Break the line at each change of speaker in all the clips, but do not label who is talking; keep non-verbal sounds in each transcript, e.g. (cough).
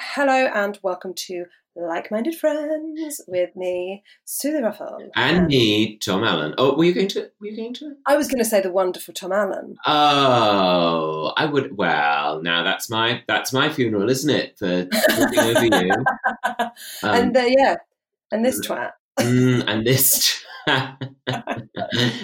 Hello and welcome to Like Minded Friends with me, Sue Ruffle.
And me, Tom Allen. Oh, were you going to? Were you going to?
I was going to say the wonderful Tom Allen.
(laughs) Oh, I would. Well, now that's my that's my funeral, isn't it? For talking over you. Um,
(laughs) and uh, yeah, and this twat.
(laughs) mm, and this. (laughs)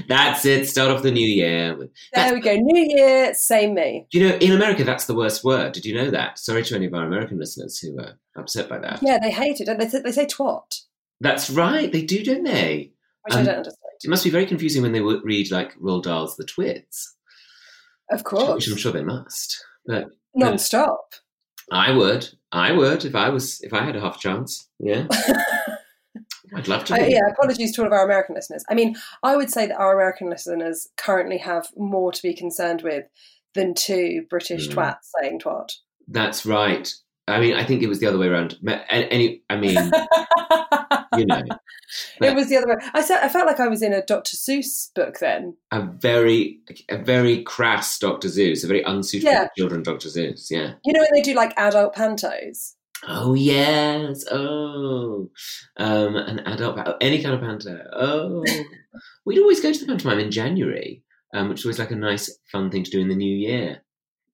that's it. Start off the new year. with-
There we go. New year, same me.
Do you know in America that's the worst word? Did you know that? Sorry to any of our American listeners who are upset by that.
Yeah, they hate it. don't They, They- they say twat,
That's right. They do, don't they?
which I
Um,
don't understand.
It must be very confusing when they w- read like Roald Dahl's The Twits,
Of
which
course,
I'm sure they must. But
non stop.
I would. I would if I was if I had a half chance.
(laughs)
Yeah. I'd love to.
I,
be.
Uh, yeah, apologies to all of our American listeners. I mean, I would say that our American listeners currently have more to be concerned with than two British
Mm.
twats saying twat.
That's right. I mean, I think it was the other way around. Ma- a- Any,
(laughs)
I mean, you know,
it was the other way. I, se- I felt like I was in a Dr. Seuss book then.
a very, a very crass Doctor Zeus, a very unsuitable
Yeah.
for children Doctor Zeus. Yeah.
You know when they do like adult pantos?
Oh yes. Oh, um, an adult, pa- any kind of panto.
(laughs)
Oh, we'd always go to the pantomime in January, um, which was like a nice, fun thing to do in the new year.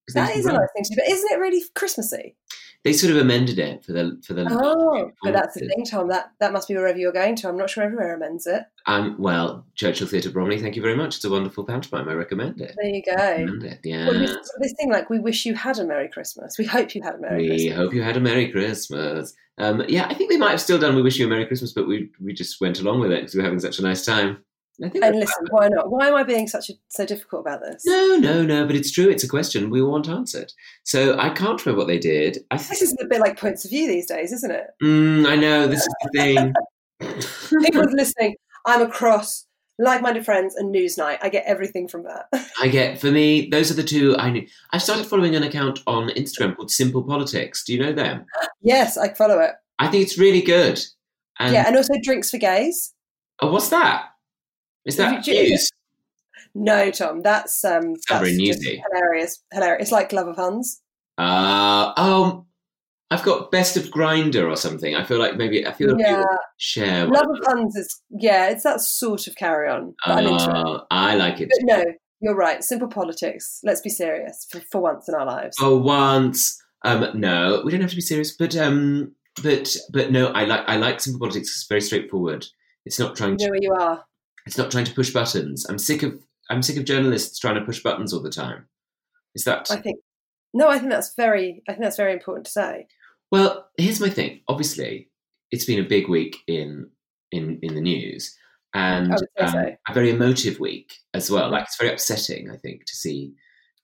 'Cause they
That
used to
is a
run-
nice thing to do, but isn't it really Christmassy?
They sort of amended it for the for the.
Oh, but that's the
performances.
thing, Tom. That that must be wherever you're going to. I'm not sure everywhere amends it.
Um, well, Churchill Theatre Bromley. Thank you very much. It's a wonderful pantomime. I recommend it.
There you go.
Recommend it. Yeah.
Well, this, this thing like we wish you had a Merry Christmas. We hope you had a Merry
we (laughs)
Christmas.
hope you had a Merry Christmas. Um, yeah, I think they might have still done. We wish you a Merry Christmas, but we we just went along with it because we were having such a nice time. I think
And listen, why not? Why am I being such a, so difficult about this?
No, no, no, but it's true. It's a question we want answered. So I can't remember what they did. I
This (laughs)
think,
is a bit like points of view these days, isn't it?
mm, I know this is the thing.
(laughs) People listening, I'm across like-minded friends and Newsnight. I get everything from that. (laughs)
I get for me, those are the two I knew. I started following an account on Instagram called Simple Politics. Do you know them?
yes, I follow it.
I think it's really good. And
yeah, and also drinks for gays.
oh, what's that? Is that
Did you-
news?
No, Tom, that's um, that's
very
just
newsy.
hilarious. Hilarious. It's like Glover puns.
Uh, oh, I've got Best of Grinder or something. I feel like maybe I feel like
Yeah,
people share.
love of puns is yeah, it's that sort of carry on. But I'm into it.
Uh, I like it.
But no, you're right. Simple politics. Let's be serious for, for once in our lives.
for Oh, once. Um, no, we don't have to be serious, but um, but but no, I like I like simple politics. It's very straightforward. It's not
You
trying
know
to
where you
(laughs)
are.
it's not trying to push buttons. I'm sick of I'm sick of journalists trying to push buttons all the time. Is that
I think. No, I think that's very. I think that's very important to say.
well? Here's my thing. Obviously, it's been a big week in in in the news, and
I would say
um,
so.
a very emotive week as well. Like it's very upsetting, I think, to see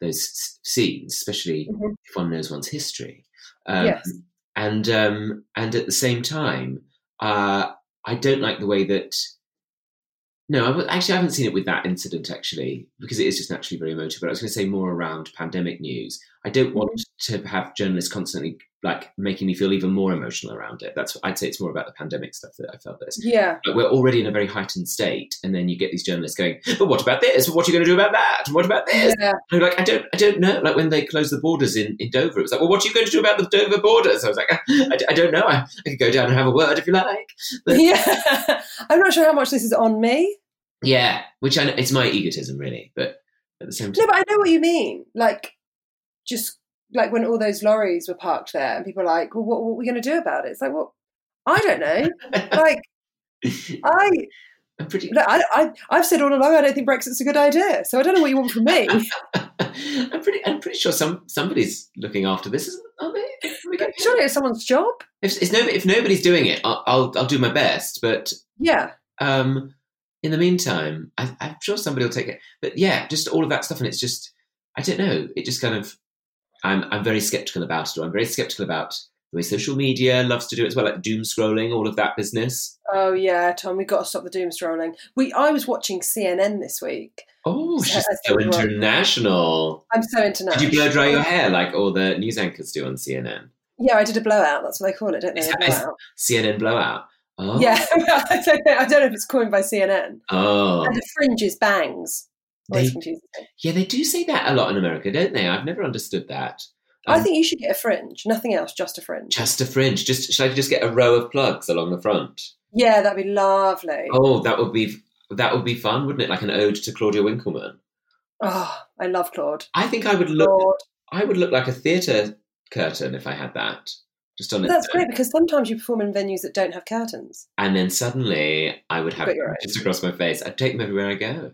those s- scenes, especially
Mhm.
if one knows one's history. Um,
Yes.
And um, and at the same time, uh, I don't like the way that. No, I w- actually I haven't seen it with that incident actually because it is just naturally very emotive. But I was going to say more around pandemic news. I don't want to have journalists constantly like making me feel even more emotional around it. That's I'd say it's more about the pandemic stuff that I felt this
Yeah, (laughs)
like we're already in a very heightened state, and then you get these journalists going, "But what about this? What are you going to do about that? What about this?"
yeah.
And I'm like, "I don't, I don't know." Like when they closed the borders in, in Dover, it was like, "Well, what are you going to do about the Dover borders?" I was like, "I, I don't know. I, I could go down and have a word if you like." But-
yeah. (laughs) I'm not sure how much this is on me.
Yeah, which I know, it's my egotism really, but at the same
No,
time,
but I know what you mean. Like, just like when all those lorries were parked there, and people are like, "Well, what, what are we going to do about it?" It's like, well, I don't (laughs) know. like, I
I'm pretty. (laughs)
No, I, I, I've said all along I don't think Brexit's a good idea, so I don't know what you want from (laughs) me.
I'm pretty. I'm pretty sure some somebody's looking after this, isn't? Are they? Are we going-
Surely it's someone's job.
If, if, nobody, if nobody's doing it, I'll, I'll I'll do my best. But
Yeah,
um, in the meantime, I, I'm sure somebody will take it. But yeah, just all of that stuff, and it's just I don't know. It just kind of I'm I'm very skeptical about it. Or I'm very skeptical about the way social media loves to do it as well, like doom scrolling, all of that business.
oh yeah, Tom, we've got to stop the doom scrolling. We, I was watching CNN this week.
Oh,
So
she's
I
so
think you are-
international.
I'm so into
Did you blow dry your hair like all the news anchors do on CNN?
Yeah, I did a blowout. That's what they call it, don't they?
Is
A
that- is-
blowout.
CNN blowout. Oh,
Yeah, (laughs) I don't know. I don't know if it's coined by CNN.
Oh,
And the fringes bangs. Always
They-
confusing.
yeah. They do say that a lot in America, don't they? I've never understood that.
I think you should get a fringe. Nothing else, just a fringe.
Just a fringe. Just should I just get a row of plugs along the front?
yeah, that'd be lovely. Oh.
Oh, that would be that would be fun, wouldn't it? Like an ode to Claudia Winkleman.
Ah, I love Claude.
I think I would look.
Claude.
I would look like a theatre curtain if I had that. Just on its
That's
own.
great because sometimes you perform in venues that don't have
(laughs)
curtains.
And then suddenly I would have
But you're right.
just across my face. I'd take them everywhere I go.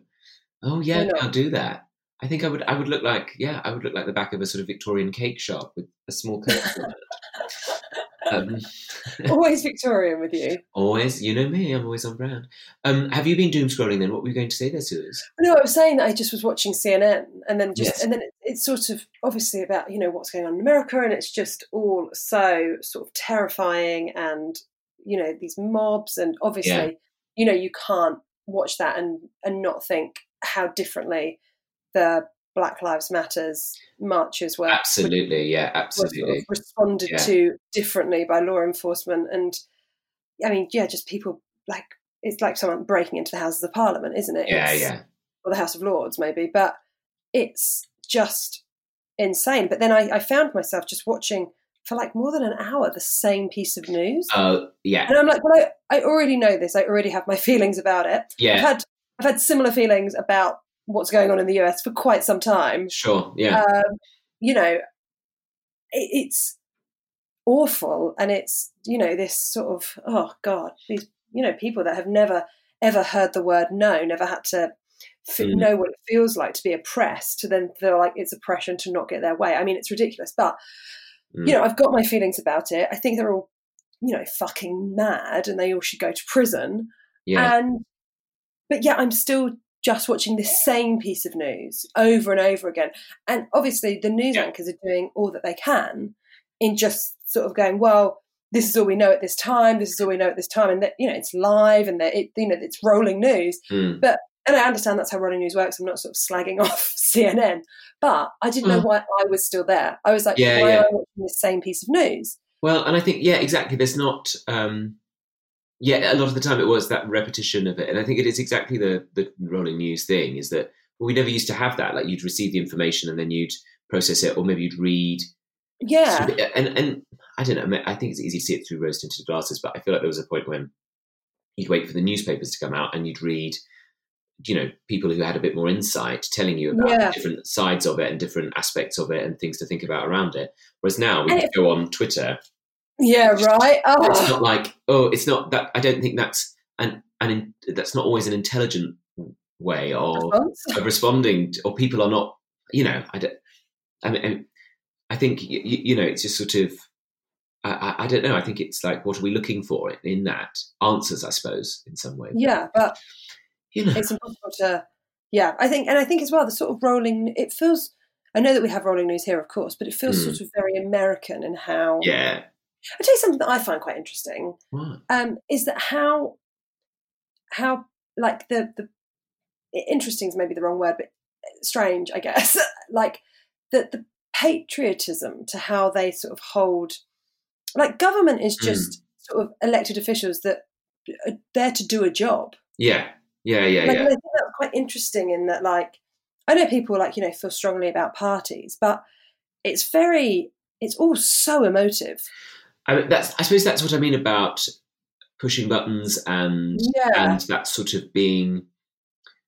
Oh
Why
yeah,
not?
I'll do that. I think I would. I would look like yeah. I would look like the back of a sort of Victorian cake shop with a small curtain.
(laughs)
on it. um,
Always Victorian with you.
always, you know me. I'm always on brand. Um, have you been doom scrolling then? What were you going to say there, Suze?
No, I was saying that I just was watching CNN, and then just
Yes.
and then it, it's sort of obviously about you know what's going on in America, and it's just all so sort of terrifying, and you know these mobs, and obviously
Yeah.
you know you can't watch that and and not think how differently the Black Lives Matters marches were
Absolutely, yeah,
were sort of
absolutely.
responded
Yeah.
to differently by law enforcement, and I mean yeah, just people like it's like someone breaking into the Houses of Parliament, isn't it?
Yeah,
It's-
yeah.
or the House of Lords, maybe, but it's just insane. But then I, I found myself just watching for like more than an hour the same piece of news.
Oh, yeah,
and I'm like, well, I, I already know this. I already have my (laughs) feelings about it. I've
yeah,
had I've had similar feelings about what's going on in the US for quite some time.
sure, yeah.
Um, you know, it, it's awful, and it's you know this sort of oh god, these you know people that have never ever heard the word no, never had to f-
Mm.
know what it feels like to be oppressed, to then feel like it's oppression to not get their way. I mean, it's ridiculous, but
Mm.
you know, I've got my feelings about it. I think they're all you know fucking mad, and they all should go to prison.
yeah.
And but yeah, I'm still just watching the same piece of news over and over again. And obviously the news
Yeah.
anchors are doing all that they can in just sort of going, well, this is all we know at this time, this is all we know at this time, and that you know, it's live and that it you know it's rolling news.
Mm.
And I understand that's how rolling news works. I'm not sort of slagging (laughs) off CNN, but I didn't know
Mm.
why I was still there. I was like,
Yeah,
why
yeah.
am I watching the same piece of news?
Well, and I think yeah, exactly. There's not. Um, yeah, a lot of the time it was that repetition of it, and I think it is exactly the the rolling news thing is that well, we never used to have that. Like you'd receive the information and then you'd process it, or maybe you'd read.
Yeah.
And and I don't know. I, mean, I think it's easy to see it through rose tinted glasses, but I feel like there was a point when you'd wait for the newspapers to come out and you'd read. You know, people who had a bit more insight telling you about
Yeah.
different sides of it and different aspects of it and things to think about around it. Whereas now we
And
just go on Twitter
Yeah, right. Oh.
it's not like oh it's not that i don't think that's an an in- that's not always an intelligent way of,
response.
of responding to, or people are not you know i don't i mean I- i think you, you know it's just sort of I, I- I don't know. I think it's like, what are we looking for in- in that answers? I suppose in some way,
(laughs) Yeah, but
you know.
it's impossible to yeah i think and i think as well the sort of rolling it feels i know that we have rolling news here of course but it feels
Mm.
sort of very american in how
Yeah,
i tell you something that i find quite interesting
what?
um, is that how how like the the interesting is maybe the wrong word but uh, strange i guess (laughs) like the the patriotism to how they sort of hold like government is
Mm.
just sort of elected officials that are there to do a job
Yeah, yeah, yeah,
like,
yeah.
and I think that's quite interesting in that, like, I know people like you know feel strongly about parties, but it's very, it's all so emotive.
I mean, that's. I suppose that's what I mean about pushing buttons and
Yeah,
and that sort of being.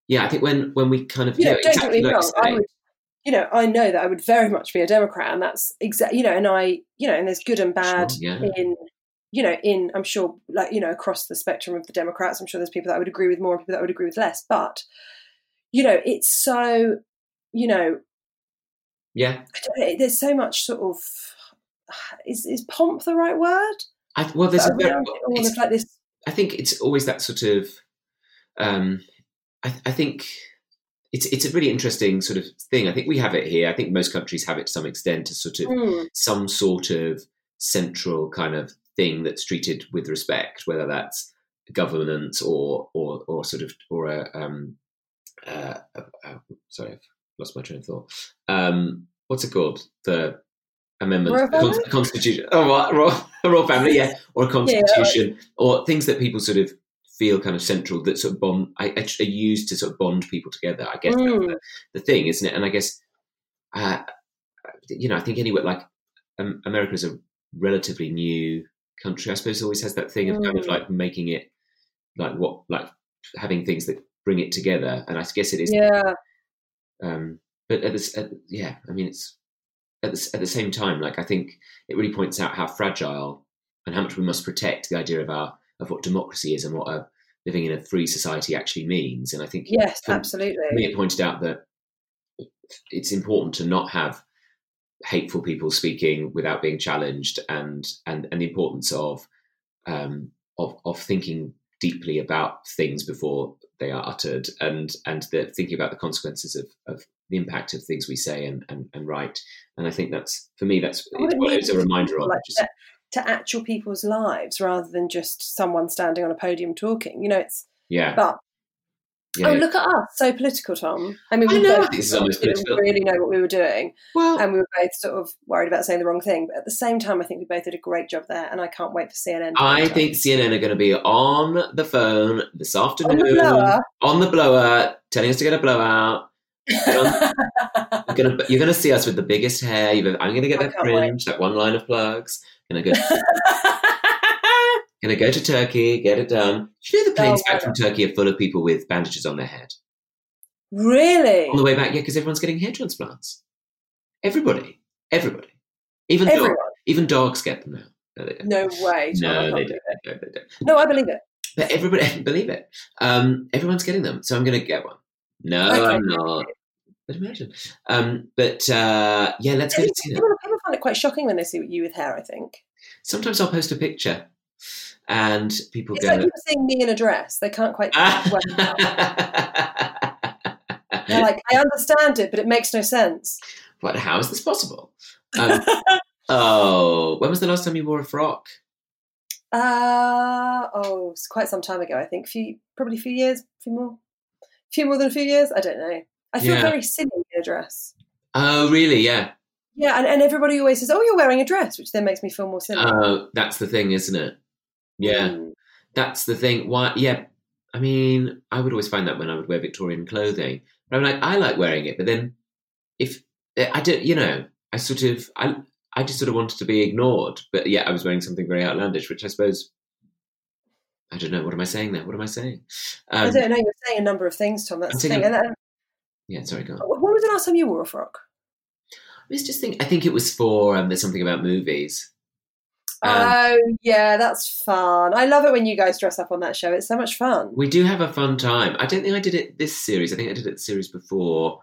Yeah, I think when when we kind of
you know,
yeah,
don't
exactly
get me
like you
wrong. I
say.
would, you know, I know that I would very much be a Democrat, and that's exactly, you know, and I, you know, and there's good and bad
Sure, yeah.
in. You know, in I'm sure, like you know, across the spectrum of the Democrats, I'm sure there's people that I would agree with more and people that I would agree with less. But you know, it's so, you know,
Yeah,
I don't know, there's so much sort of is is pomp the right word?
I, well, there's. A
But
very,
around it all
it's-
is like this.
I think it's always that sort of. Um, I, I think it's it's a really interesting sort of thing. I think we have it here. I think most countries have it to some extent. A sort of
Mm,
some sort of central kind of thing that's treated with respect, whether that's governance or or or sort of or a um, uh, uh, uh, sorry, I've lost my train of thought. Um, what's it called? The amendment,
Royal
the cons-
family?
constitution. Oh, what? (laughs) Royal, royal family, yeah, or a constitution, or things that people sort of feel kind of central that sort of bond I, I, are used to sort of bond people together. I guess that's
mm,
the, the thing, isn't it? And I guess, uh, you know, I think anywhere like um, America is a relatively new country. I suppose always has that thing of kind of
Mm.
like making it like what like having things that bring it together. And I guess it is.
Yeah.
Um, but at this, at, yeah, I mean, it's at the, at the same time, like I think it really points out how fragile and how much we must protect the idea of our of what democracy is and what a, living in a free society actually means. And I think
Yes,
for- for me,
absolutely.
it pointed out that it's important to not have hateful people speaking without being challenged, and and and the importance of um, of of thinking deeply about things before they are uttered, and and the thinking about the consequences of of the impact of things we say and and, and write. And I think that's for me, that's
What
it's
it
what it's a
means
reminder of.
Like
Just,
to, to actual people's lives rather than just someone standing on a podium talking. You know, it's
yeah,
but
yeah.
oh look at us, so political, Tom. I mean,
I
we
know,
both
this is almost
didn't
political.
really know what we were doing,
Well,
and we were both sort of worried about saying the wrong thing. But at the same time, I think we both did a great job there, and I can't wait for CNN. to
I
catch up.
think CNN are going to be on the phone this
on
afternoon.
the blower.
on the blower, telling us to get a blowout. You're gonna, you're gonna see us with the biggest hair. You've, I'm gonna get
I
that
can't wait.
fringe, that one line of plugs. Gonna go,
(laughs)
gonna go to Turkey, get it done. Do you know the planes
Oh,
back from Turkey are full of people with bandages on their head
really?
on the way back? Yeah, because everyone's getting hair transplants. Everybody, everybody, even dog-
Everyone?
even dogs get them now. No, they don't.
No way. Tom, I
No,
can't
they
believe
don't.
it.
No, they don't.
No, I believe it.
But everybody (laughs) believe it. Um, everyone's getting them, so I'm going to get one. No,
Okay.
I'm not. But imagine. Um, but uh, yeah, let's go to see them.
People, people find it quite shocking when they see you with hair. I think
Sometimes I'll post a picture, and people
it's
go.
like people seeing me in a dress. They can't
(laughs)
quite. work it out. They're like, I understand it, but it makes no sense.
but how is this possible? Um, oh, when was the last time you wore a frock?
Uh, oh, it's quite some time ago. I think few, probably a few years, few more, few more than a few years. I don't know. I feel
Yeah.
very silly in a dress.
Oh, really?
(laughs)
Yeah.
Yeah, and, and everybody always says, "Oh, you're wearing a dress," which then makes me feel more silly.
Oh, that's the thing, isn't it? Yeah.
Mm.
that's the thing. Why? Yeah, I mean, I would always find that when I would wear Victorian clothing, but I'm like, I like wearing it, but then if eh, I don't, you know, I sort of, I, I just sort of wanted to be ignored. But yeah, I was wearing something very outlandish, which I suppose, I don't know. What am I saying there? What am I saying?
I
Um,
don't know. You're saying a number of things, Tom. That's
I'm
the
thinking-
thing. And then, uh,
yeah, sorry, go on.
when was the last time you wore a frock?
I was just think. I think it was for um, there's something about movies. Um,
Oh yeah, that's fun. I love it when you guys dress up on that show. It's so much fun.
we do have a fun time. I don't think I did it this series. I think I did it the series before.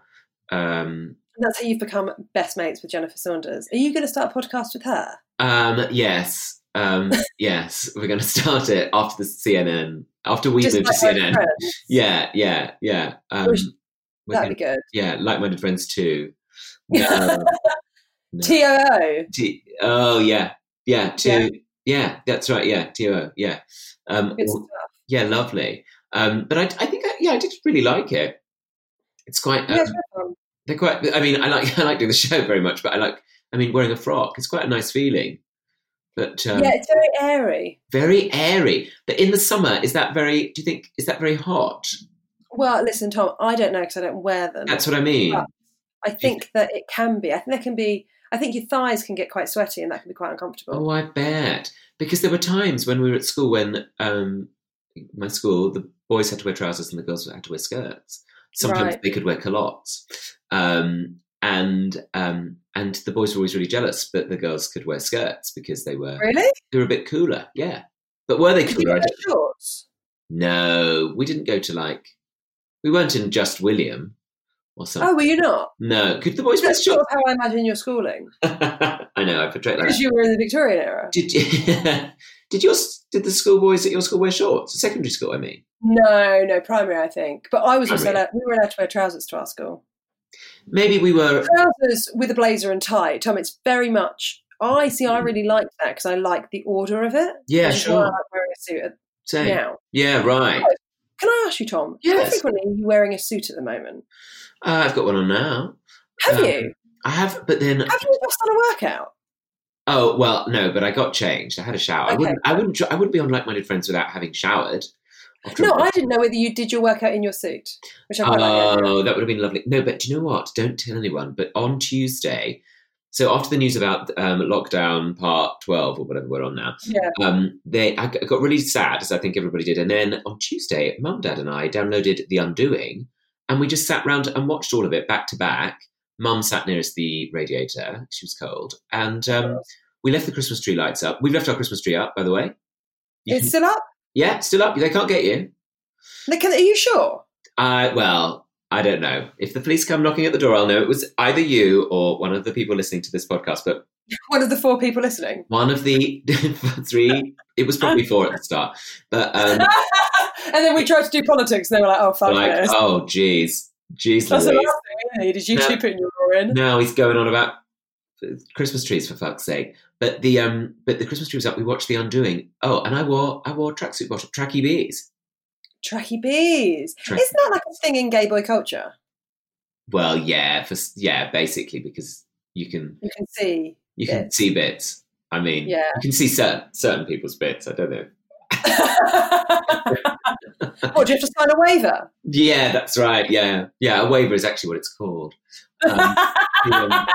Um,
And that's how you've become best mates with Jennifer Saunders. Are you going to start a podcast with her?
Um, yes,
(laughs)
um, yes, we're going to start it after the CNN, after we move to
like my
CNN.
friends?
Yeah, yeah, yeah. Um,
Wish-
we're
that'd be
gonna-
good.
yeah, like-minded
(laughs)
friends too. No, no.
TOO.
T- oh yeah, yeah, two, yeah.
Yeah.
that's right. Yeah, T-O, yeah, um,
Good stuff.
yeah, lovely. Um, but I, I think, I, yeah, I did really like it. It's quite. Um,
Yeah, it's fun.
they're quite. I mean, I like (laughs) I like doing the show very much, but I like. I mean, wearing a frock. It's quite a nice feeling. But um,
yeah, it's very airy.
very airy. But in the summer, is that very? Do you think is that very hot?
Well, listen, Tom, I don't know because I don't wear them.
That's what I mean.
But I think that it can be. I think there can be. I think your thighs can get quite sweaty, and that can be quite uncomfortable.
Oh, I bet because there were times when we were at school when um, my school the boys had to wear trousers and the girls had to wear skirts. Sometimes
Right.
they could wear culottes, um, and um, and the boys were always really jealous that the girls could wear skirts because they were
Really?
they were a bit cooler. Yeah, but were they
Did you
cooler? I
wear
don't
shorts?
no, we didn't go to like we weren't in just William or something.
Oh, were you not?
No, could the boys wear
That's sort
shorts?
of how I imagine your schooling
(laughs) I know I portrayed like
because
that.
you were in the Victorian era.
Did you, (laughs) did your did the schoolboys at your school wear shorts? Secondary school, I mean.
No, no, primary, I think. But I was also
Primary.
allowed, we were allowed to wear trousers to our school.
Maybe we were.
Trousers with a blazer and tie. Tom, it's very much. I see. I
Mm.
really like that because I like the order of it.
Yeah,
Which is why I
sure.
like wearing a suit at-
Same. Yeah.
now.
right.
Can I ask you, Tom? How
Yes.
frequently are you wearing a suit at the moment?
Uh, I've got one on now.
Have
Um,
you?
I have, but then
Have you just done a workout?
oh well, no. But I got changed. I had a shower. I
Okay.
wouldn't. I wouldn't. I wouldn't be on like-minded friends without having showered. After a
No, I didn't know whether you did your workout in your suit, which I quite like.
Uh, Oh, that would have been lovely. No, but do you know what? Don't tell anyone. But on Tuesday, So after the news about um, lockdown part twelve or whatever we're on now,
Yeah.
um, they I got really sad as I think everybody did. And then on Tuesday, Mum, Dad, and I downloaded The Undoing, and we just sat round and watched all of it back to back. Mum sat nearest the radiator; she was cold, and um, we left the Christmas tree lights up. We've left our Christmas tree up, by the way. You
It's
can-
still up.
yeah, still up. They can't get you.
Like, can- are you sure?
Uh, well, I don't know. If the police come knocking at the door, I'll know it was either you or one of the people listening to this podcast. But
One of the four people listening.
one of the (laughs) three, it was probably four at the start. But um,
(laughs) and then we tried to do politics, and they were like, "Oh fuck
like,
this."
oh, jeez, jeez,
That's the
Louise.
last thing we need. Is you
No.
two putting your oar in?
Now he's going on about Christmas trees for fuck's sake. But the um, but the Christmas tree was up. We watched The Undoing. Oh, and I wore I wore tracksuit bottom tracky bees.
Tracky bees.
Track-
Isn't that like a thing in gay boy culture?
Well, yeah, for s- yeah, basically because you can
You can
(laughs)
see.
you can
Bits.
see bits. I mean,
Yeah.
you can see certain certain people's bits. I don't know.
what do you have to sign a waiver?
Yeah, that's right. Yeah, yeah. A waiver is actually what it's called. Um, (laughs) yeah.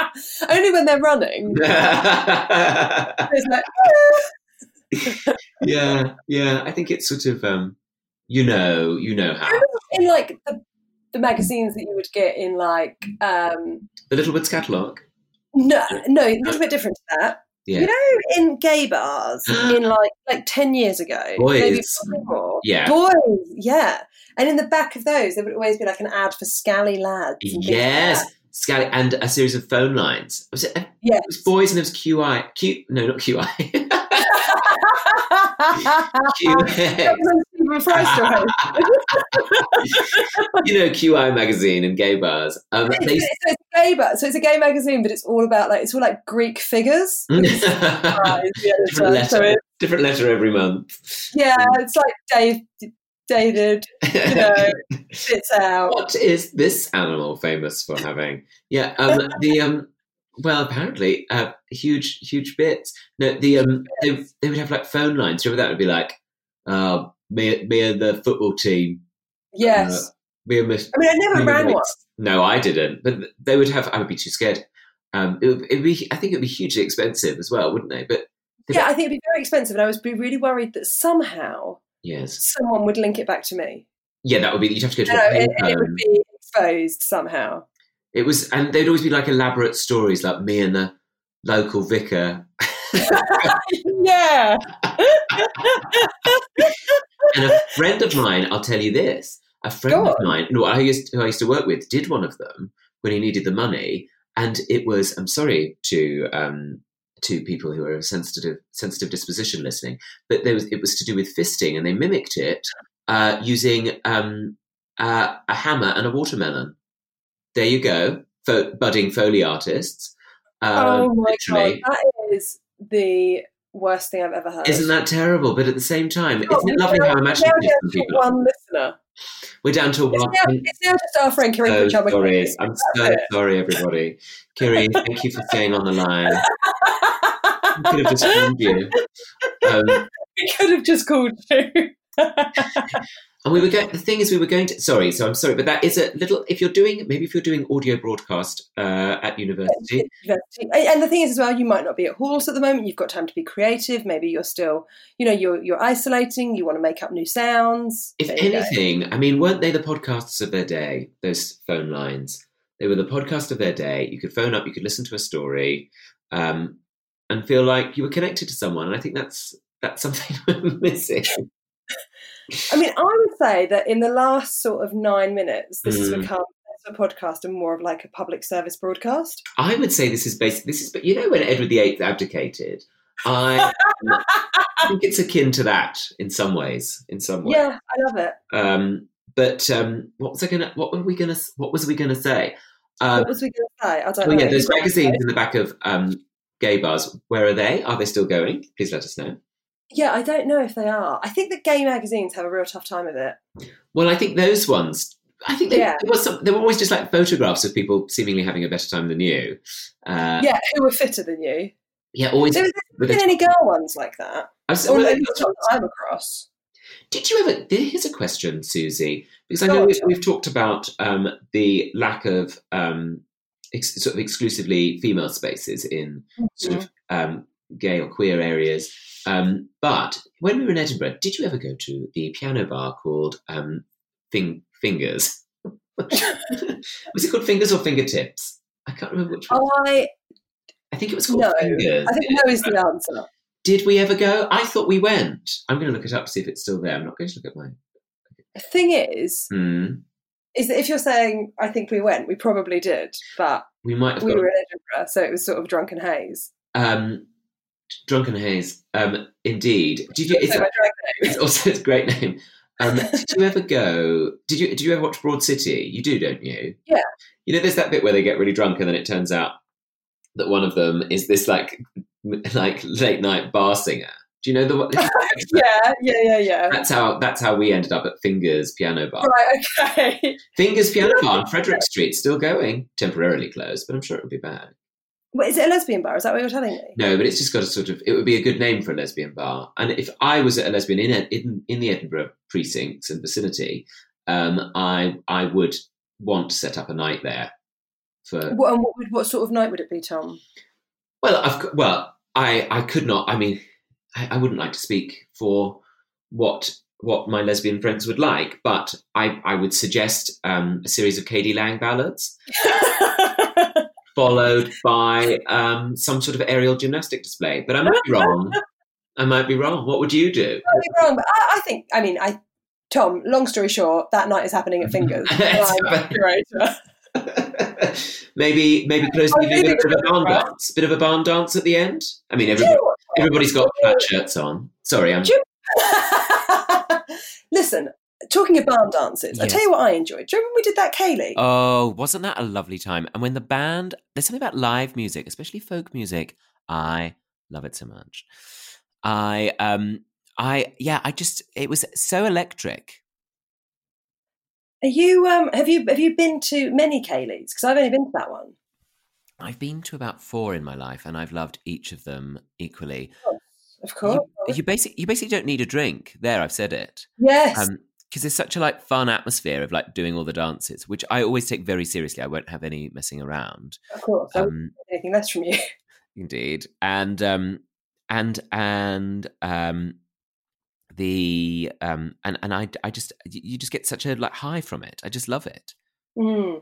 (laughs) Only when they're running. It's like,
yeah, yeah. I think it's sort of, um, you know, you know how
in like the, the magazines that you would get in like um
the Little Woods catalog.
no no a little bit different to that
Yeah.
you know in gay
(gasps)
bars in like like 10 years ago maybe
Boys.
probably more
Yeah,
boys yeah and in the back of those there would always be like an ad for scally lads and things like
yes.
that.
Scally and a series of phone lines. Was it, it
yes
was
(laughs)
boys and it was QI. Q. No, not (laughs) QI. QX.
Stephen Fry story.
(laughs) you know, QI magazine and gay bars. Um,
(laughs)
they, (laughs)
so it's a gay bar, so it's a gay magazine, but it's all about like it's all like Greek figures.
(laughs)
Right, yeah, that's right.
Different
so
Mm. letter.
it,
different letter every month.
yeah, it's like Dave, David, you know, fits out.
(laughs) what is this animal famous for having? Yeah, um, the um, well, apparently, uh, huge, huge bits. No, the um, they, they would have like phone lines. Remember that would be like, uh, me, me and the football team. Uh,
Yes,
Me and Miss.
I mean I never ran one.
No, I didn't. But they would have. I would be too scared. Um, it would it'd be. I think it would be hugely expensive as well, wouldn't they? But
Yeah, I think it'd be very expensive, and I was be really worried that somehow
yes,
someone would link it back to me.
yeah, that would be. You'd have to go
You
to
know,
a payphone.
and, and it would be exposed somehow. (laughs)
It was, and they'd always be like elaborate stories, like me and the local vicar Uh,
yeah,
and a friend of mine. I'll tell you this: a friend
Go
of mine, no, I used who I used to work with, did one of them when he needed the money, and it was. I'm sorry to um, to people who are of sensitive sensitive disposition listening, but there was it was to do with fisting, and they mimicked it uh, using um, uh, a hammer and a watermelon. There you go, fo- budding foley artists. Um,
oh my
literally.
god, that is the worst thing I've ever heard.
Isn't that terrible? But at the same time,
Oh,
isn't it
we're
lovely how
down-
I'm
we're
actually
down
pissed
to
some people off?
one listener.
We're down to
It's
one.
now, it's now just our friend Karen
So
Kutcher.
sorry. I'm so
it.
sorry, everybody. Kiri, thank you for staying on the line. I could have just
(laughs)
filmed you. Um,
we could have just called you.
and we were going, the thing is, we were going to, sorry, so I'm sorry, but that is a little, if you're doing, maybe if you're doing audio broadcast uh, at university,
and the thing is, as well, you might not be at halls at the moment. You've got time to be creative. Maybe you're still, you know, you're you're isolating. You want to make up new sounds.
if
There you go.
anything, I mean, weren't they the podcasts of their day, those phone lines? They were the podcast of their day. You could phone up, you could listen to a story, um, and feel like you were connected to someone. And I think that's that's something (laughs) we're missing.
I mean, I would say that in the last sort of nine minutes, this has
Mm.
become less of a podcast and more of like a public service broadcast.
I would say this is basic. This is, but you know, when Edward VIII abdicated,
(laughs)
I, I think it's akin to that in some ways. In some ways,
Yeah, I love it.
Um, but um, what was I gonna? What were we gonna? What was we gonna say? Um,
what was we going to say? I don't
Oh
know.
yeah, those magazines in the back of um, gay bars. Where are they? Are they still going? Please let us know.
Yeah, I don't know if they are. I think that gay magazines have a real tough time of it.
Well, I think those ones. I think they,
Yeah.
there was some, they were always just like photographs of people seemingly having a better time than you. Uh, yeah.
yeah, who were fitter than you?
always.
There was
with
been
a-
any girl ones like that,
I was-
or
well,
at least not that I'm across.
did you ever? there- Here's a question, Susie, because I
Go
know
on,
we've,
John.
we've talked about um, the lack of um, ex- sort of exclusively female spaces in
Hmm.
sort of
Mm-hmm.
um, gay or queer areas. Um, but when we were in Edinburgh, did you ever go to the piano bar called um, Thing Fingers? (laughs) was it called Fingers or Fingertips? I can't remember which one.
Oh, I
I think it was called
Oh, No.
Fingers.
I think no is the answer.
Did we ever go? I thought we went. I'm going to look it up to see if it's still there. I'm not going to look at mine.
The thing is,
Hmm.
is that if you're saying I think we went, we probably did, but
We might have
we
gone.
were in Edinburgh, so it was sort of drunken haze.
Um, Drunken Haze. Um, indeed. Did you?
(laughs)
It's,
So my
(laughs)
drag-
it's also it's a great name. Um, did you ever go? Did you? Did you ever watch Broad City? You do, don't you?
Yeah.
You know, there's that bit where they get really drunk, and then it turns out that one of them is this like m- like late night bar singer. Do you know the? one-
yeah, yeah, yeah, yeah.
That's how that's how we ended up at Fingers Piano Bar.
Right, okay.
Fingers Piano Bar on Frederick Street, still going, temporarily closed, but I'm sure it'll be back.
Wait, is it a lesbian bar? Is that what you're telling me?
No, but it's just got a sort of. It would be a good name for a lesbian bar. And if I was at a lesbian in Ed- in, in the Edinburgh precincts and vicinity, um, I I would want to set up a night there. For
What, and what, would, what sort of night would it be,
(laughs)
Tom?
well, I've, c- well, I I could not. I mean, I, I wouldn't like to speak for what what my lesbian friends would like, but I I would suggest um, a series of K.D. Lang ballads. followed by um, some sort of aerial gymnastic display. But I might be wrong. I might be wrong. What would you do?
Might be wrong, but I, I think, I mean, I, Tom, long story short, that night is happening at Fingers.
(laughs) It's
Right,
happening.
curator.
(laughs) maybe maybe close
I
maybe a
think
bit of a
so,
barn
right?
dance. Bit of a barn dance at the end. I mean
Do
everybody,
you know
everybody's got flat shirts on. Sorry, I'm (laughs)
Do what? (laughs) Listen, talking of barn dances, I
Yes.
tell you what I enjoyed. Do you remember when we did that Kaylee?
Oh, wasn't that a lovely time? And when the band, there's something about live music, especially folk music. I love it so much. I um I yeah, I just it was so electric.
Are you um have you have you been to many Kayleys? Because I've only been to that one.
I've been to about four in my life, and I've loved each of them equally.
Of course.
You basically you basically don't need a drink. There, I've said it.
yes.
Um, because there's such a like fun atmosphere of like doing all the dances, which I always take very seriously. I won't have any messing around.
of course. I wouldn't
Um,
want anything less from you. (laughs)
indeed, and um, and and um, the um, and and I I just you you just get such a like high from it. I just love it.
Mm.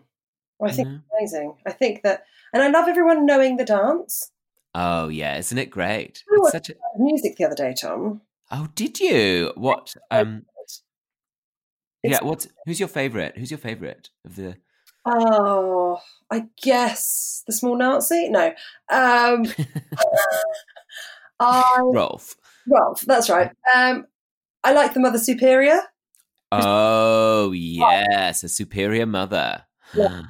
I
you
think
know?
it's amazing. I think that and I love everyone knowing the dance.
Oh yeah, isn't it great?
You know
It's
what-
such a
Music the other day, Tom.
oh. Did you what um? Yeah,
It's-
what's who's your favorite? Who's your favorite of the?
Oh, I guess the small Nazi? No. Um I
Rolf.
Rolf, that's right. Um I like the Mother Superior. (laughs)
Oh yes, a superior mother.
Yeah.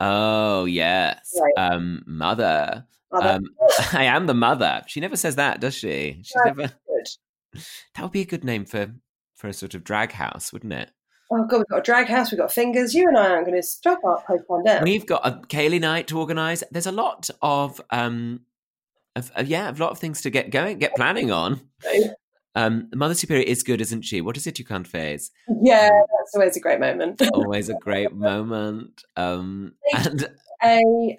Oh yes,
Right. Oh,
um, mother.
Mother.
Um, (laughs) I am the mother. She never says that, does she? She's
No.
never.
Good.
That would be a good name for for a sort of drag house, wouldn't it?
Oh god, we've got a drag house, we've got fingers. You and I aren't gonna stop our post pandemic.
We've got a Kaylee night to organise. There's a lot of um, of, of yeah, a lot of things to get going, get planning on.
Right.
Um, Mother Superior is good, isn't she? What is it you can't phase?
(laughs) Yeah, that's always a great moment. (laughs)
always a great moment. Um,
Thank
and
a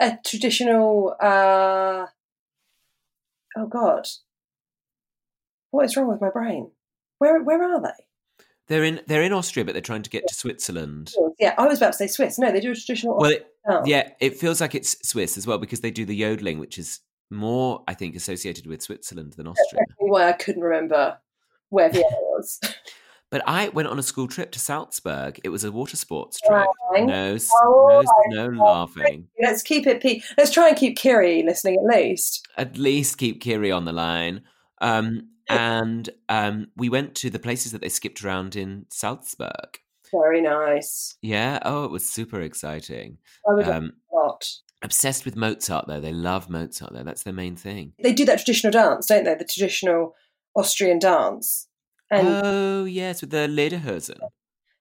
a traditional uh oh god. What is wrong with my brain? Where where are they?
they're in they're in Austria, but they're trying to get to Switzerland.
Yeah, I was about to say Swiss. No, they do a traditional
Well, it,
dance.
yeah, it feels like it's Swiss as well because they do the yodeling, which is more, I think, associated with Switzerland than Austria.
Definitely (laughs) why I couldn't remember where Vienna was.
But I went on a school trip to Salzburg. It was a water sports trip.
Right.
No, s-
Oh,
no, no laughing.
Let's keep it. Pe- Let's try and keep Kiri listening at least.
At least keep Kiri on the line. Um, and um, we went to the places that they skipped around in Salzburg.
Very nice.
Yeah. Oh, it was super exciting.
I would like
Um,
a lot.
obsessed with Mozart though. They love Mozart though. That's their main thing.
They do that traditional dance, don't they? The traditional Austrian dance. And
oh yes, with the Lederhosen.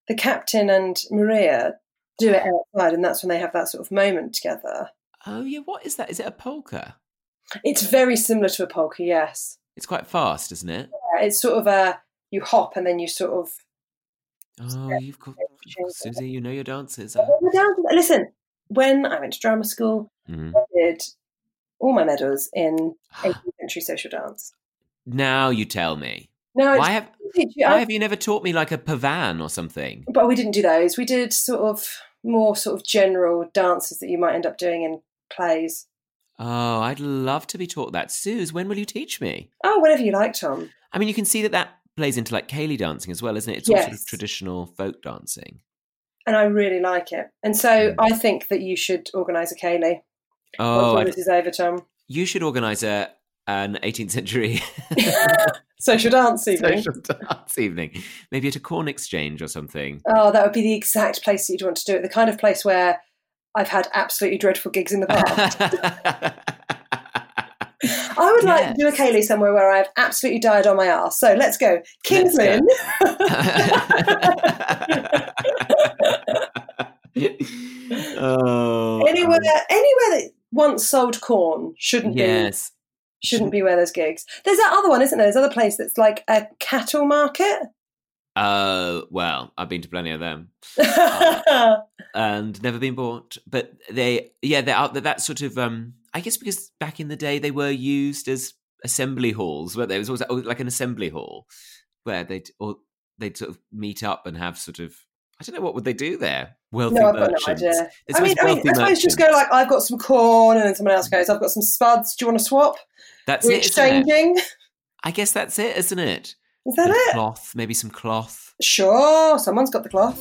the captain and Maria do it outside, and that's when they have that sort of moment together.
Oh yeah, what is that? Is it a polka?
It's very similar to a polka, yes.
It's quite fast, isn't it?
Yeah, It's sort of a you hop and then you sort of
Oh, you've got
Yeah, sure.
Susie. You know your dances.
Listen, when I went to drama school,
Mhm.
I did all my medals in 18th century social dance.
Mm. (gasps) Now you tell me.
No,
Why have
teach you,
why have you never taught me like a pavan or something?
but we didn't do those. We did sort of more sort of general dances that you might end up doing in plays.
Oh, I'd love to be taught that. Suze, when will you teach me?
Oh, whatever you like, Tom.
I mean, you can see that that plays into like Kaylee dancing as well, isn't it? It's all sort
Yes.
of traditional folk dancing.
And I really like it. And so I think that you should organise a Kaylee once
Hmm. Oh,
all
I'd-
this is over, Tom.
you should organise a an 18th century (laughs)
Social dance evening.
social dance evening, maybe at a corn exchange or something.
Oh, that would be the exact place that you'd want to do it. The kind of place where I've had absolutely dreadful gigs
(laughs)
in the past. I would like to do a Kaylee somewhere where I've absolutely died on my arse. So let's go.
Let's go.
Kingsman.
oh,
Anywhere anywhere that once sold corn shouldn't be
Yes.
shouldn't be where there's gigs. There's that other one, isn't there? There's other place that's like a cattle market. (laughs)
Uh, well, I've been to plenty of them and never been bought, but they, yeah, they're out there. That sort of, um, I guess because back in the day they were used as assembly halls, weren't they? It was always oh, like an assembly hall where they'd or they'd sort of meet up and have sort of, I don't know what would they do there. Wealthy
no, I've got
merchants.
no idea.
There's
I mean,
always
I mean,
wealthy
I suppose just go
merchants.
like, I've got some corn, and then someone else goes, I've got some spuds. Do you want to swap?
That's
We're
it, isn't it?
exchanging.
I guess that's it, isn't it?
Is that
Bit of
it?
Cloth, maybe some cloth.
Sure, someone's got the cloth.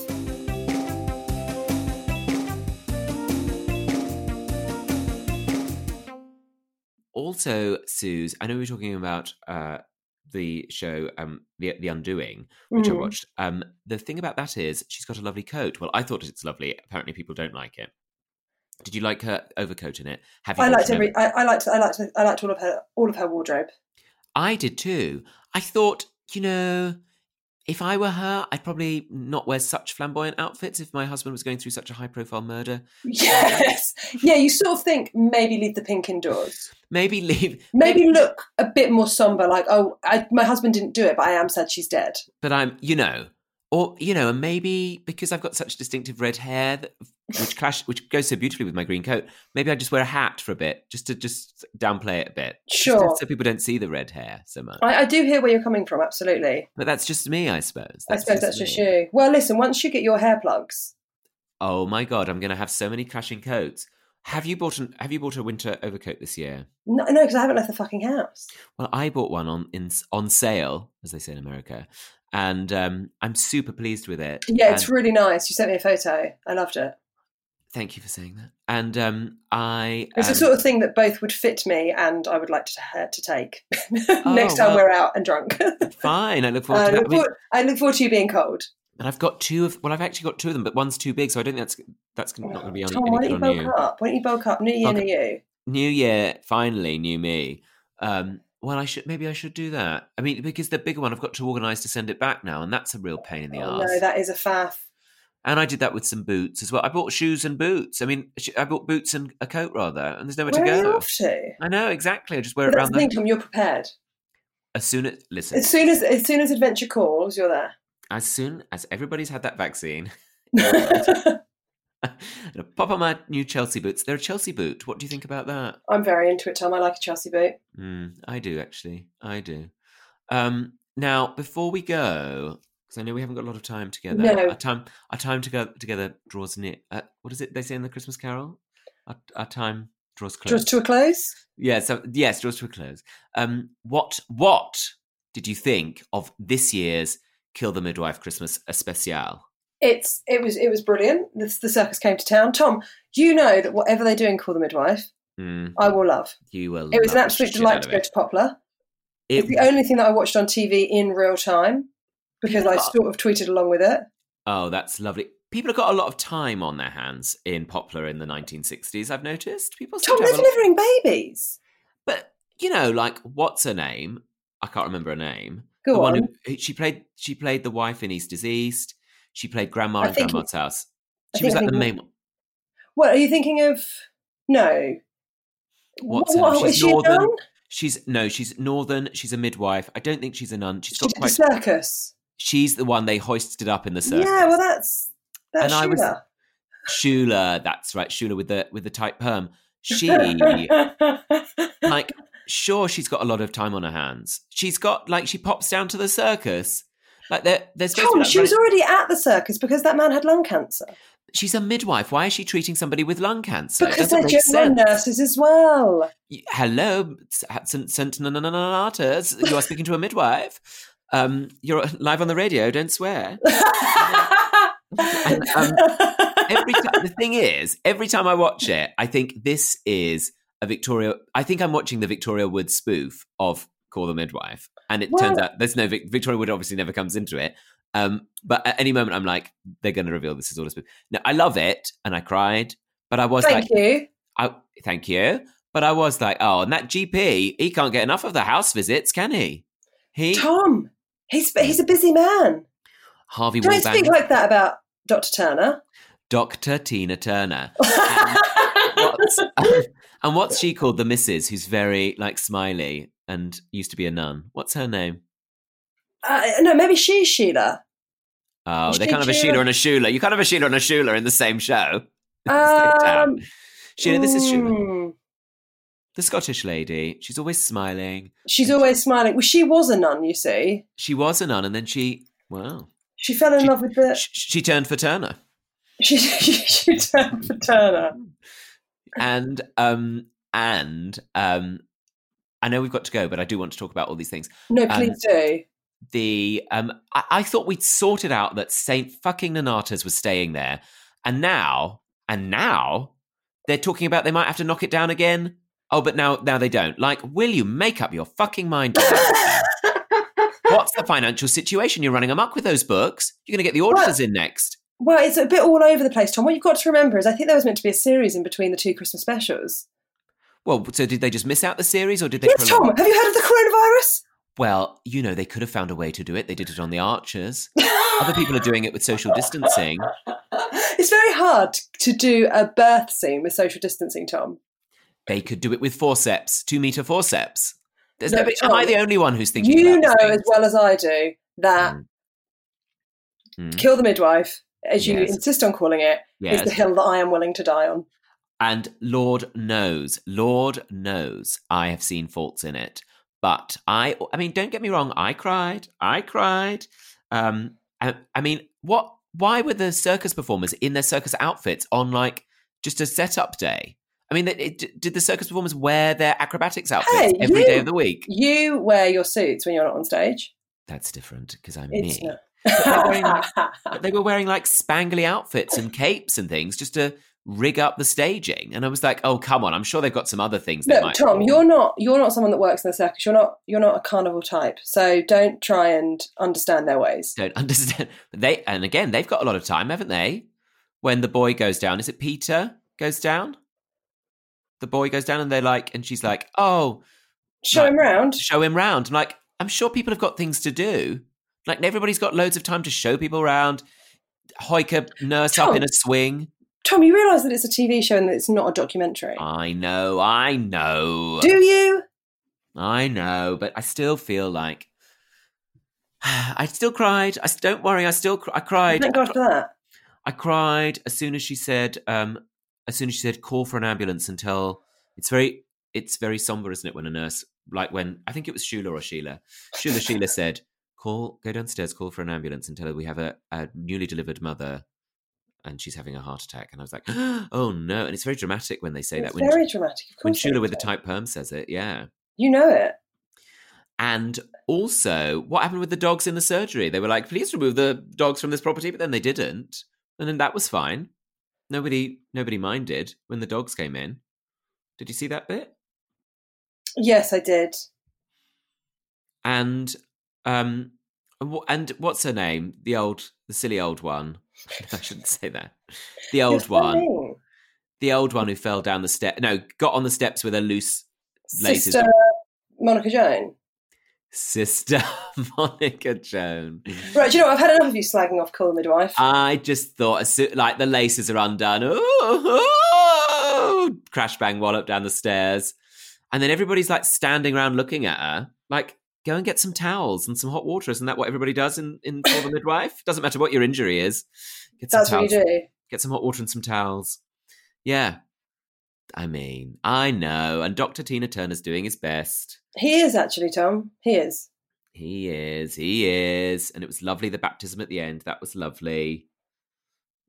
Also, Suze, I know we were talking about uh, the show um, the, the Undoing, which I
Mm.
watched. Um, the thing about that is she's got a lovely coat. Well, I thought it's lovely. Apparently, people don't like it. Did you like her overcoat in it? Have you
I
got
liked
an
every.
over-
I, I liked. I liked. I liked all of her. All of her wardrobe. (laughs)
I did too. I thought, you know, if I were her, I'd probably not wear such flamboyant outfits if my husband was going through such a high profile murder.
Yes. Yeah. You sort of think maybe leave the pink indoors.
Maybe (laughs) leave.
Maybe look a bit more somber. Like, oh, I, my husband didn't do it, but I am sad she's dead.
but I'm, you know, or you know, and maybe because I've got such distinctive red hair, that, which clash, which goes so beautifully with my green coat, maybe I just wear a hat for a bit, just to just downplay it a bit, Just to-
Sure.
so people don't see the red hair so much.
I, I do hear where you're coming from. Absolutely.
But that's just me, I suppose.
I suppose that's just
me.
you. Well, listen. Once you get your hair plugs,
Oh my god, I'm going to have so many clashing coats. Have you bought an? Have you bought a winter overcoat this year?
no, no, because I haven't left the fucking house.
Well, I bought one on in on sale, as they say in America, and um, I'm super pleased with it.
Yeah, it's
And-
really nice. You sent me a photo. I loved it.
thank you for saying that. And um, I
It's
um,
the sort of thing that both would fit me, and I would like to uh, to take (laughs)
Oh,
next time
well.
we're out and drunk.
Fine. I look
(laughs)
forward
I,
to that.
look
I mean,
forward, I look forward to you being cold.
and I've got two of. Well, I've actually got two of them, but one's too big, so I don't think that's that's not going to be on,
Tom, why
any
don't you
good on
bulk
you.
up? Why don't you bulk up? New year,
Bulk
new you.
New year, finally, new me. Um, well, I should maybe I should do that. I mean, because the bigger one, I've got to organise to send it back now, and that's a real pain in the
Oh,
arse.
no, that is a faff.
and I did that with some boots as well. I bought shoes and boots. I mean, sh- I bought boots and a coat rather, and there's nowhere
Where
to
are you
go.
off to?
I know exactly. I just wear
But
it
That's
around
the thing,
the
Tom. You're prepared.
as soon as listen
As soon as as soon as adventure calls, you're
as soon as everybody's had
(laughs)
that vaccine.
there.
I'm (laughs) gonna pop on my new Chelsea boots. They're a Chelsea boot. What do you think about that?
I'm very into it, Tom. I like a Chelsea boot.
Mm, I do actually. I do. Um, now, before we go, because I know we haven't got a lot of time together.
No.
Our time, our time to go together draws near. Uh, what is it they say in the Christmas Carol? Our, our time draws close.
Just to a close.
yeah. So yes, draws to a close. Um, what what did you think of this year's Kill the Midwife Christmas Especial?
It's it was it was brilliant. The, the circus came to town. Tom, you know that whatever they do in Call the Midwife,
Mm,
I will love.
you will.
It was an
love the
absolute
shit out
delight to
of
go
it.
to Poplar. It's
It
the only thing that I watched on TV in real time because I
Yeah.
sort of tweeted along with it.
Oh, that's lovely. People have got a lot of time on their hands in Poplar in the 1960s. I've noticed people. seem
Tom,
to
they're
have a lot-
delivering babies.
but you know, like what's her name? I can't remember her name.
Go
the
on.
one who, she played. She played the wife in East is East. She played Grandma
I
in
think-
Grandma's House.
I
She was
think-
like
I
the
think-
main one.
What are you thinking of? No.
What's
Wh-
her
what-
name?
is she
um, She's
a
northern.
nun?
She's no, she's northern. She's a midwife. I don't think she's a nun. She's
She
got
did the
quite.
circus.
She's the one they hoisted up in the circus.
Yeah, well, that's that's
And I was-
Sheila.
Shula, that's right, Shula with the with the tight
(laughs)
perm. She like sure she's got a lot of time on her hands. She's got like she pops down to the circus. Like there, there's
Tom, Oh, she was already at the circus because that man had lung cancer.
she's a midwife. Why is she treating somebody with lung cancer? It
Because
doesn't
they're
make
general
sense.
nurses as well.
Y- hello, sentinelatas. You are speaking to a midwife. Um, you're live on the radio. Don't swear. And, um, Every time, the thing is, every time I watch it, I think this is a Victoria. I think I'm watching the Victoria Wood spoof of Call the Midwife, and it turns
Well-
out there's no Vic- Victoria Wood. Obviously, never comes into it. Um, but at any moment, I'm like, they're going to reveal this is all a spoof. Now, I love it, and I cried, but I was like,
(laughs) Thank you.
I thank you. But I was like, oh, and that GP, he can't get enough of the house visits, can he? He
Tom, he's he's a busy man.
Harvey
Don't
Wallbank,
speak like that about Dr. Turner.
Doctor Tina Turner. What's- um, and what's she called? The Mrs. Who's very like smiley and used to be a nun. What's her name?
(laughs) uh, no, maybe she's
(laughs)
Sheila.
Oh,
Is
they're
she
kind of a
Sheila?
Sheila and a Shula. You can't have a Sheila and a Shula in the same show.
Um,
Sheila, this is Sheila,
mm,
the Scottish lady. She's always smiling.
She's always smiling. Well, she was a nun, you see.
She was a nun, and then she wow,
She fell in
She-
love with the.
she, she turned for Turner.
(laughs) She, she, she turned for Turner.
and um and um i know we've got to go but i do want to talk about all these things
No,
Um,
please do.
the um i, I thought we'd sorted out that saint fucking Nonatas was staying there and now and now they're talking about they might have to knock it down again oh but now now they don't like will you make up your
(laughs)
fucking mind what's the financial situation you're running amok with those books you're going to get the auditors in next
Well, it's a bit all over the place, Tom. What you've got to remember is I think there was meant to be a series in between the two Christmas specials.
well so did they just miss out the series or did they
Yes,
prolong-
Tom, have you heard of the coronavirus?
Well, you know, they could have found a way to do it. They did it on the Archers. Other people are doing it with social distancing.
(laughs) It's very hard to do a birth scene with social distancing, Tom.
They could do it with forceps, two meter forceps. There's
No,
nobody.
but
Am I
Tom,
the only one who's thinking?
You
about
know
these things?
as well as I do that
Mm. Mm.
kill the midwife, as you
Yes.
insist on calling it, is
Yes.
the hill that I am willing to die on.
And Lord knows, Lord knows, I have seen faults in it. But I, I mean, don't get me wrong. I cried. I cried. Um, I, I mean, what? Why were the circus performers in their circus outfits on like just a setup day? I mean, it, it- did the circus performers wear their acrobatics outfits every
Hey,
day
you-
of the week?
You wear your suits when you're not on stage.
That's different because I'm
It's
me.
not.
they're wearing
(laughs)
But they were wearing like spangly outfits and capes and things just to rig up the staging. And I was like, oh come on! I'm sure they've got some other things. They
Look,
might
Tom,
do.
you're not you're not someone that works in the circus. You're not you're not a carnival type. So don't try and understand their ways.
(laughs) don't understand. But They and again, they've got a lot of time, haven't they? When the boy goes down, is it Peter goes down? The boy goes down, and they're like, and she's like, "Oh,
Show
Right.
him round.
show him round." I'm like, I'm sure people have got things to do. Like everybody's got loads of time to show people around. Hike a nurse up in a swing.
Tom, you realise that it's a TV show and that it's not a documentary.
I know, I know,
Do you?
I know, but I still feel like (sighs) I still cried. I s- don't worry, I still cr- I cried.
Thank God for that.
I cried as soon as she said, um, as soon as she said, call for an ambulance and tell. It's very, it's very somber, isn't it? When a nurse, like when I think it was Shula or Sheila, Shula,
(laughs)
Sheila said, call, go downstairs, call for an ambulance and tell her we have a, a newly delivered mother, and she's having a heart attack. And I was like, (gasps) oh no! And it's very dramatic when they say
It's
that when
very dramatic. Of
when
course,
Shula
it
with the
is.
tight perm says it, yeah.
You know it.
And also, what happened with the dogs in the surgery? They were like, please remove the dogs from this property, but then they didn't. And then that was fine. Nobody nobody minded when the dogs came in. Did you see that bit?
Yes, I did.
And um wh- and what's her name? The old the silly old one. (laughs) I shouldn't say that. The old
You're
one.
funny.
The old one who fell down the step no, got on the steps with a loose Laces.
Sister Monica Joan.
sister (laughs) Monica Joan.
Right, do you know what? I've had enough of you slagging off Call the Midwife.
I just thought, as soo- like the laces are undone. Ooh, ooh, crash, bang, wallop down the stairs, and then everybody's like standing around looking at her. Like, go and get some towels and some hot water. Isn't that what everybody does in in for the midwife? Doesn't matter what your injury is. Get some
That's what you
towels.
do.
Get some hot water and some towels. Yeah. I mean, I know. And Dr. Tina Turner's doing his best.
He is actually, Tom. He is.
He is. He is. And it was lovely, the baptism at the end. That was lovely.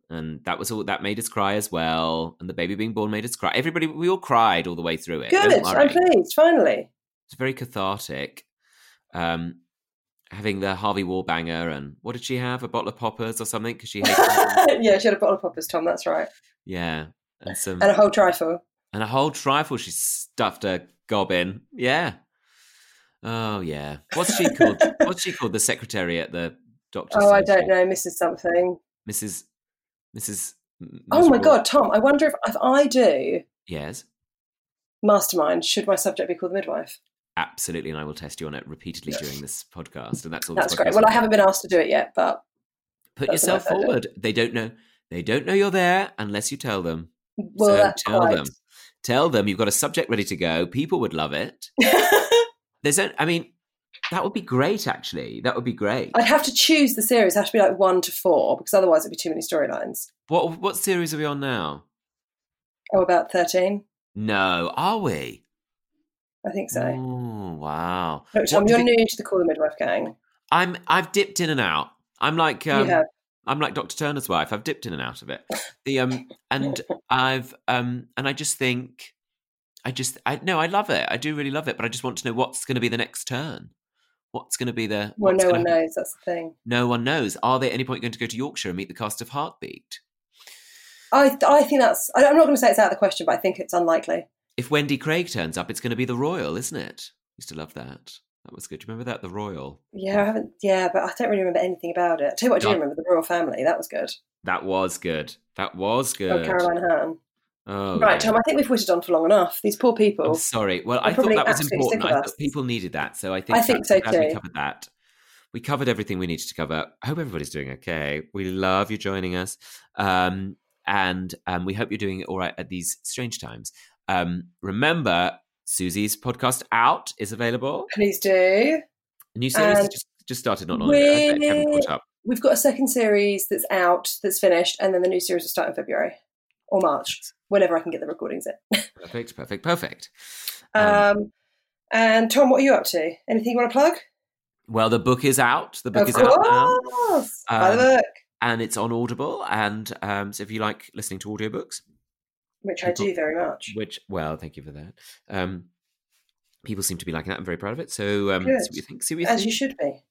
And that was all that made us cry as well. And the baby being born made us cry. Everybody, we all cried all the way through it.
Good.
Don't
I'm
worry.
pleased. Finally.
It's very cathartic. Um, having the Harvey Warbanger and what did she have? A bottle of poppers or something? Because she
(laughs)
hates.
yeah, she had a bottle of poppers, Tom. That's right.
yeah, and some
And a whole trifle.
and a whole trifle she stuffed her gob in. Yeah. Oh yeah. What's she
(laughs)
called? What's she called? The secretary at the doctor's.
Oh, I don't
station?
know. Mrs. Something.
Mrs. Mrs. M-
Oh my
miserable-
God, Tom. I wonder if, if I do
Yes,
mastermind, should my subject be called the midwife?
absolutely, and I will test you on it repeatedly during this podcast, and that's all.
That's
this podcast
great. Well, I
is.
haven't been asked to do it yet, but
put
that's
yourself
enough, I don't-
forward. They don't know. They don't know you're there unless you tell them.
well,
So
that's
tell
quite.
them. Tell them you've got a subject ready to go. People would love it. There's, no, I mean, that would be great. Actually, that would be great.
(laughs) I'd have to choose the series. It'd have to be like one to four because otherwise it'd be too many storylines.
What what series are we on now?
Oh, about thirteen,
No, are we?
I think so.
Ooh, wow.
Look, Tom,
Mm. What do
you're
you-
new to the Call the Midwife gang.
I'm I've dipped in and out. I'm like um,
you have
I'm like Dr. Turner's wife. I've dipped in and out of it. The um and I've um and I just think I just I no, I love it. I do really love it, but I just want to know what's going to be the next turn. What's going to be the
well,
what's
no
gonna
one
happen?
knows. That's the thing.
No one knows. Are they at any point going to go to Yorkshire and meet the cast of Heartbeat?
I I think that's. I, I'm not going to say it's out of the question, but I think it's unlikely.
If Wendy Craig turns up, it's going to be the Royal, isn't it? Used to love that. That was good. Do you remember that? The Royal.
Yeah, I haven't. Yeah, but I don't really remember anything about it. tell you what, I do
Yeah.
remember the royal family. That was good.
That was good. That was
Oh,
good.
Caroline Hearn.
Oh,
right,
yeah.
Tom. I think we've whittered on for long enough. These poor people.
I'm sorry. Well,
They're
I thought
probably
that was
absolutely
important.
sick of
I
us.
thought people needed that, so I think
I think
that's
so
glad We
too.
covered that. We covered everything we needed to cover. I hope everybody's doing okay. We love you joining us, um, and um, we hope you're doing all right at these strange times. Um, remember, Susie's podcast out is available.
Please do.
A new series has
And
just, just started not long ago. I don't- I haven't
we-
caught up.
We've got a second series that's out, that's finished, and then the new series will start in February or March, whenever I can get the recordings in.
Perfect, perfect, perfect. Um,
Um, and Tom, what are you up to? Anything you want to plug?
well, the book is out. The book
of
is out now.
course. By the
Um,
book,
and it's on Audible. And um, so if you like listening to audiobooks,
which I do very much.
which, well, thank you for that. Um, people seem to be liking that. I'm very proud of it. So um, see
Good.
what you think. See what you
As
think.
you should be.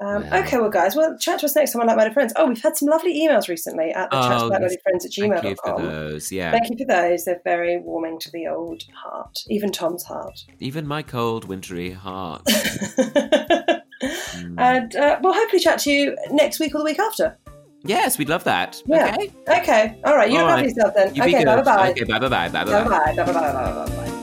Um,
Wow.
Okay, well, guys, well, chat to us next time on Like Minded Friends. Oh, we've had some lovely emails recently at the chat
Oh,
about
yes.
friends at
Thank you for
gmail.com.
those. Yeah.
Thank you for those. They're very warming to the old heart, even Tom's heart. (laughs)
Even my cold, wintry heart. Mm.
and uh, we'll hopefully chat to you next week or the week after.
yes, we'd love that.
Yeah.
Okay.
Okay. All right. You
All
look
right.
after yourself then.
You be
Okay.
good.
Bye bye.
Okay. Bye bye. Bye bye.
Bye bye. Bye bye. Bye bye.